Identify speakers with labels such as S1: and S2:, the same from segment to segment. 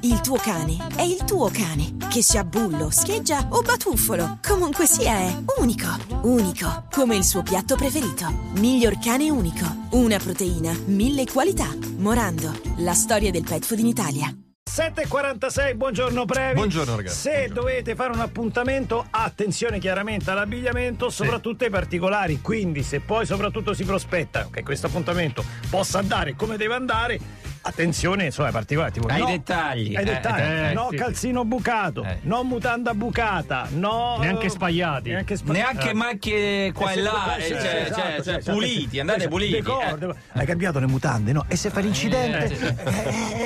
S1: Il tuo cane è il tuo cane, che sia bullo, scheggia o batuffolo, comunque sia è unico, unico, come il suo piatto preferito. Miglior cane unico, una proteina, mille qualità. Morando, la storia del pet food in Italia.
S2: 7.46, buongiorno Previ.
S3: Buongiorno, ragazzi.
S2: Se
S3: Buongiorno.
S2: dovete fare un appuntamento, attenzione chiaramente all'abbigliamento, soprattutto ai particolari. Quindi, se poi soprattutto si prospetta che questo appuntamento possa andare come deve andare, attenzione insomma, ai particolari. Tipo,
S4: Ai
S2: no-
S4: dettagli.
S2: Ai
S4: Eh,
S2: dettagli,
S4: eh,
S2: no
S4: sì.
S2: calzino bucato,
S4: Eh.
S2: no mutanda bucata, no.
S5: Neanche spagliati.
S2: Neanche spagliati.
S4: Neanche
S2: Eh.
S4: macchie qua
S2: Eh,
S4: e
S2: sì,
S4: là,
S2: eh,
S4: eh,
S2: sì,
S4: cioè,
S2: esatto,
S4: cioè,
S2: cioè,
S4: cioè,
S2: cioè,
S4: puliti,
S2: cioè,
S4: andate
S2: cioè,
S4: puliti.
S2: decor-
S4: eh.
S2: decor- Hai cambiato le mutande, no? E se fa l'incidente?
S5: Eh, sì.
S2: eh,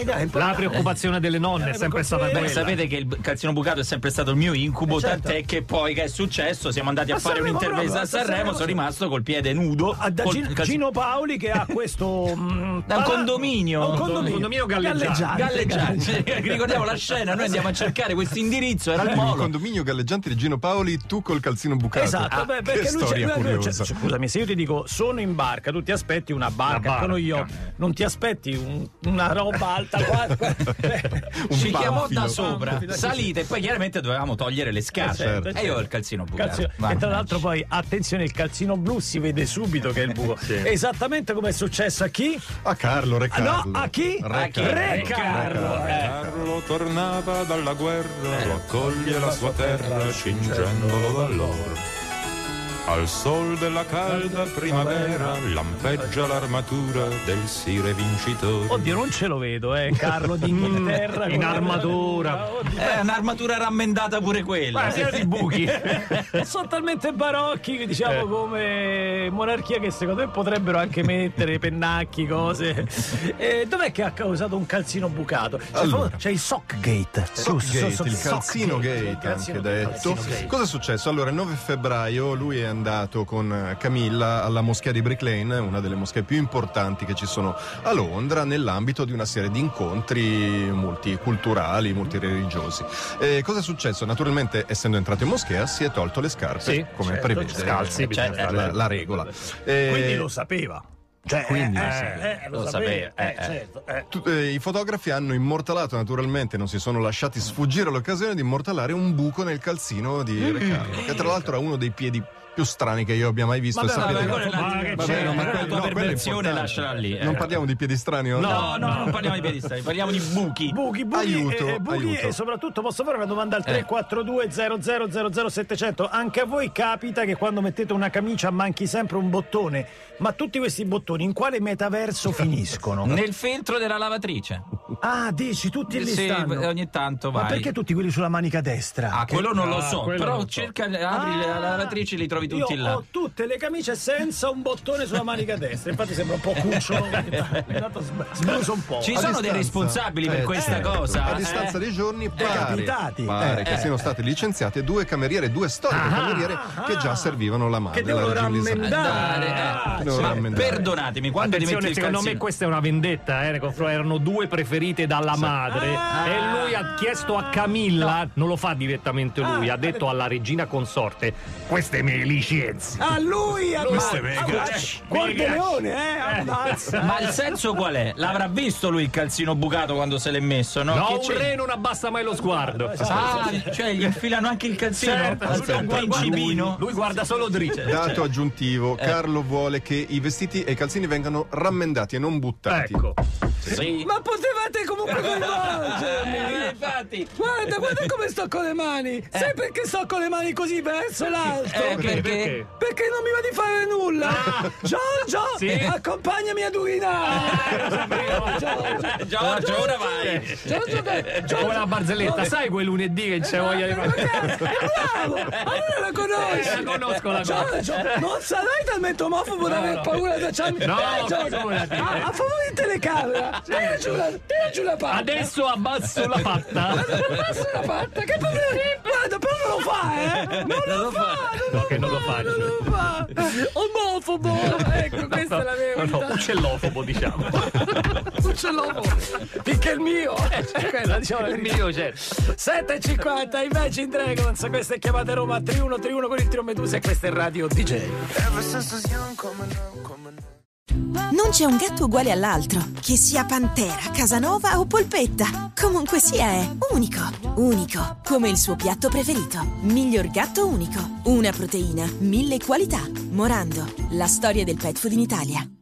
S2: eh, no, è
S5: La
S2: importante.
S5: preoccupazione delle nonne è sempre stata
S2: Eh,
S4: Beh,
S5: quella.
S4: sapete che il b- calzino bucato è sempre stato il mio incubo,
S2: Eh, certo.
S4: tant'è che poi che è successo, siamo andati a
S2: A
S4: fare
S2: Sanremo proprio,
S4: un'intervista a
S2: a
S4: Sanremo,
S2: Sanremo,
S4: sono
S2: sì.
S4: rimasto col piede nudo.
S2: Ah, da
S4: col
S2: Gino,
S4: calzino-
S2: Gino Paoli che ha questo mm,
S4: Da un
S2: palazzo-
S4: condominio.
S2: un condominio,
S5: Condominio galleggiante.
S4: Galleggiante, ricordiamo la scena, noi andiamo a cercare questo indirizzo, era il
S3: Il
S4: molo.
S3: condominio galleggiante di Gino Paoli, tu col calzino bucato.
S2: Esatto,
S3: Ah,
S2: beh,
S3: che
S2: perché lui c'è,
S3: storia
S2: lui- lui c'è- cioè,
S3: curiosa.
S2: scusami, se io ti dico sono in barca, tu ti aspetti una barca,
S5: barca.
S2: sono io, non ti aspetti un- una roba alta qua, certo, qua-
S3: Un
S4: Ci chiamò
S3: panfilo.
S4: da sopra,
S2: Panfilo.
S4: salite e poi chiaramente dovevamo togliere le scarpe.
S3: Eh, certo,
S4: e io ho il calzino eh. bucato.
S2: Calzino- E
S4: Mannaggia.
S2: tra l'altro poi attenzione il calzino blu si vede subito che è il buco. Esattamente come è successo a chi?
S3: A Carlo, Re
S2: Ah, no,
S3: Carlo.
S2: a chi?
S3: Re
S4: A chi?
S3: Carlo.
S2: Re
S3: Re
S2: Carlo,
S3: Carlo.
S2: eh.
S6: Carlo tornava dalla guerra, lo accoglie la sua terra cingendolo dall'oro. Al sol della calda primavera lampeggia l'armatura del sire vincitore.
S2: Oddio, non ce lo vedo, eh, Carlo d'Inghilterra.
S5: in
S2: con-
S5: armatura.
S2: Oddio.
S4: Eh, È un'armatura rammendata pure quella.
S5: Ma pieno di buchi.
S2: Sono talmente barocchi, che, diciamo, come monarchia che secondo me potrebbero anche mettere pennacchi, cose. E dov'è che ha causato un calzino bucato? C'è,
S3: Allora.
S2: c'è il sock gate.
S3: Sockgate, il calzino gate anche detto. Cosa è successo? Allora, il 9 febbraio lui è andato con eh, Camilla alla moschea di Brick Lane, una delle moschee più importanti che ci sono a Londra, nell'ambito di una serie di incontri multiculturali, multireligiosi. Eh, cosa è successo? Naturalmente, essendo entrato in moschea, si è tolto le scarpe,
S5: Sì,
S3: come
S2: certo,
S3: prevede
S2: scalzi,
S3: eh,
S4: bisogna
S3: la,
S4: stare-
S3: la- la regola. Eh,
S2: Quindi lo sapeva. Cioè,
S4: Quindi
S2: eh,
S4: lo sapeva.
S2: eh, lo,
S4: Lo
S2: sapeva.
S4: sapeva,
S2: eh,
S4: eh, eh.
S2: certo, eh.
S3: Tu- eh, I fotografi hanno immortalato naturalmente, non si sono lasciati sfuggire l'occasione di immortalare un buco nel calzino di
S4: Mm-hmm.
S3: Riccardo, che tra l'altro è uno dei piedi più strani che io abbia mai visto.
S2: Vabbè,
S3: e sapete
S4: Vabbè,
S2: vabbè,
S3: che-
S4: quella è la-
S5: Ma che
S4: vabbè,
S5: c'è?
S4: no, ma
S5: Eh,
S4: quella è la
S3: no,
S4: tua
S3: quella è
S4: perversione
S3: importante.
S4: lasciala lì. eh.
S3: Non parliamo di piedi strani oh, oggi?
S4: No, no, non parliamo di piedistai, parliamo di buchi.
S2: Buchi, buchi,
S3: Aiuto,
S2: e, e buchi
S3: aiuto.
S2: e soprattutto posso fare una domanda al
S4: Eh.
S2: 342 00 700 Anche a voi capita che quando mettete una camicia manchi sempre un bottone, ma tutti questi bottoni in quale metaverso finiscono?
S4: Nel feltro della lavatrice.
S2: ah, dici tutti lì
S4: Sì,
S2: stanno.
S4: ogni tanto
S2: Ma
S4: vai.
S2: perché tutti quelli sulla manica destra?
S4: Ah, quello non lo
S5: Ah,
S4: so,
S5: quello
S4: però
S5: non lo so.
S4: cerca, apri la
S2: Ah,
S4: lavatrice e li trovi tutti
S2: io
S4: là.
S2: Ho tutte le camicie senza un bottone sulla manica destra. Infatti sembra un po' cucciolo. Intanto sb- sbruso un po'.
S4: Ci
S3: A
S4: sono dei
S3: distanza-
S4: responsabili per
S3: eh,
S4: questa
S3: certo.
S4: cosa.
S3: A distanza
S4: eh.
S3: di giorni pare,
S2: capitati.
S3: pare che siano state licenziate due cameriere, due
S4: Ah,
S3: storiche cameriere che già servivano la madre.
S2: Che devono
S3: la regina Elisabetta.
S2: rammendare.
S4: Ah,
S2: Ah,
S3: devono
S4: Ma
S3: rammendare.
S4: perdonatemi, quando ti metti
S5: Attenzione,
S4: il
S5: secondo me
S4: calzino-
S5: questa è una vendetta, eh, nei confronti- erano due preferite dalla madre
S2: Ah.
S5: e lui ha chiesto a Camilla, non lo fa direttamente lui,
S2: Ah.
S5: ha detto alla regina consorte, queste me le licenzi.
S2: A Ah, lui, Ah, a lui.
S5: Questo è Vegas.
S2: Col
S5: Vegas.
S2: leone, eh? ammazza.
S4: Ma il senso qual è? L'avrà visto lui il calzino bucato quando se l'è messo, no?
S5: No,
S4: Che
S5: un
S4: c'è?
S5: re non abbassa mai lo sguardo.
S4: Ah, cioè gli infilano anche il calzino?
S5: Certo, lui
S4: Aspetta,
S5: non guarda-
S4: principino.
S5: Lui guarda solo dritto.
S4: cioè.
S3: Dato aggiuntivo,
S4: Eh.
S3: Carlo vuole che i vestiti e i calzini vengano rammendati e non buttati.
S5: Ecco.
S4: Sì.
S2: Ma potevate comunque
S4: Eh,
S2: coinvolgermi.
S4: infatti.
S2: Guarda, guarda come sto con le mani.
S5: Eh.
S2: Sai perché sto con le mani così verso l'alto?
S4: Eh, perché?
S5: Perché?
S2: Perché non mi va di fare nulla. Giorgio,
S5: Ah. Sì. Eh,
S2: accompagnami ad urinare. Giorgio,
S4: Eh, Giorgio, ora vai.
S2: Giorgio,
S5: Eh,
S2: eh, dai, Giorgio.
S5: Come la barzelletta, sai quel lunedì che c'è voglia di fare?
S2: eh, Bravo, allora la
S5: Eh,
S2: conosci.
S5: la conosco la conosco.
S2: Giorgio, non sarai talmente omofobo da aver paura da Gianni.
S5: No,
S2: Dai, Giorgio,
S5: figurati.
S2: a, a favore di telecamera, tira giù la, tira giù la patta.
S5: Adesso abbasso la patta.
S2: Adesso la patta, che proprio, guarda, proprio non lo fa, eh. Non lo, fa, non
S5: No, che non lo faccio.
S2: lo fa. Omofobo, ecco, questa è la mia
S5: No, no,
S2: verità.
S5: uccellofobo, diciamo.
S2: Uccellofobo, finché è il mio. Eh, quella, diciamo la
S5: Il
S2: verità.
S5: mio, certo.
S2: 7.50 Imagine Dragons, questa è chiamata Roma 3131 con il Trio Medusa e questa è Radio DJ.
S7: Ever since I was young, coming up, coming up.
S1: Non c'è un gatto uguale all'altro, che sia pantera, casanova o polpetta. Comunque sia è unico, unico, come il suo piatto preferito. Miglior gatto unico, una proteina, mille qualità. Morando, la storia del pet food in Italia.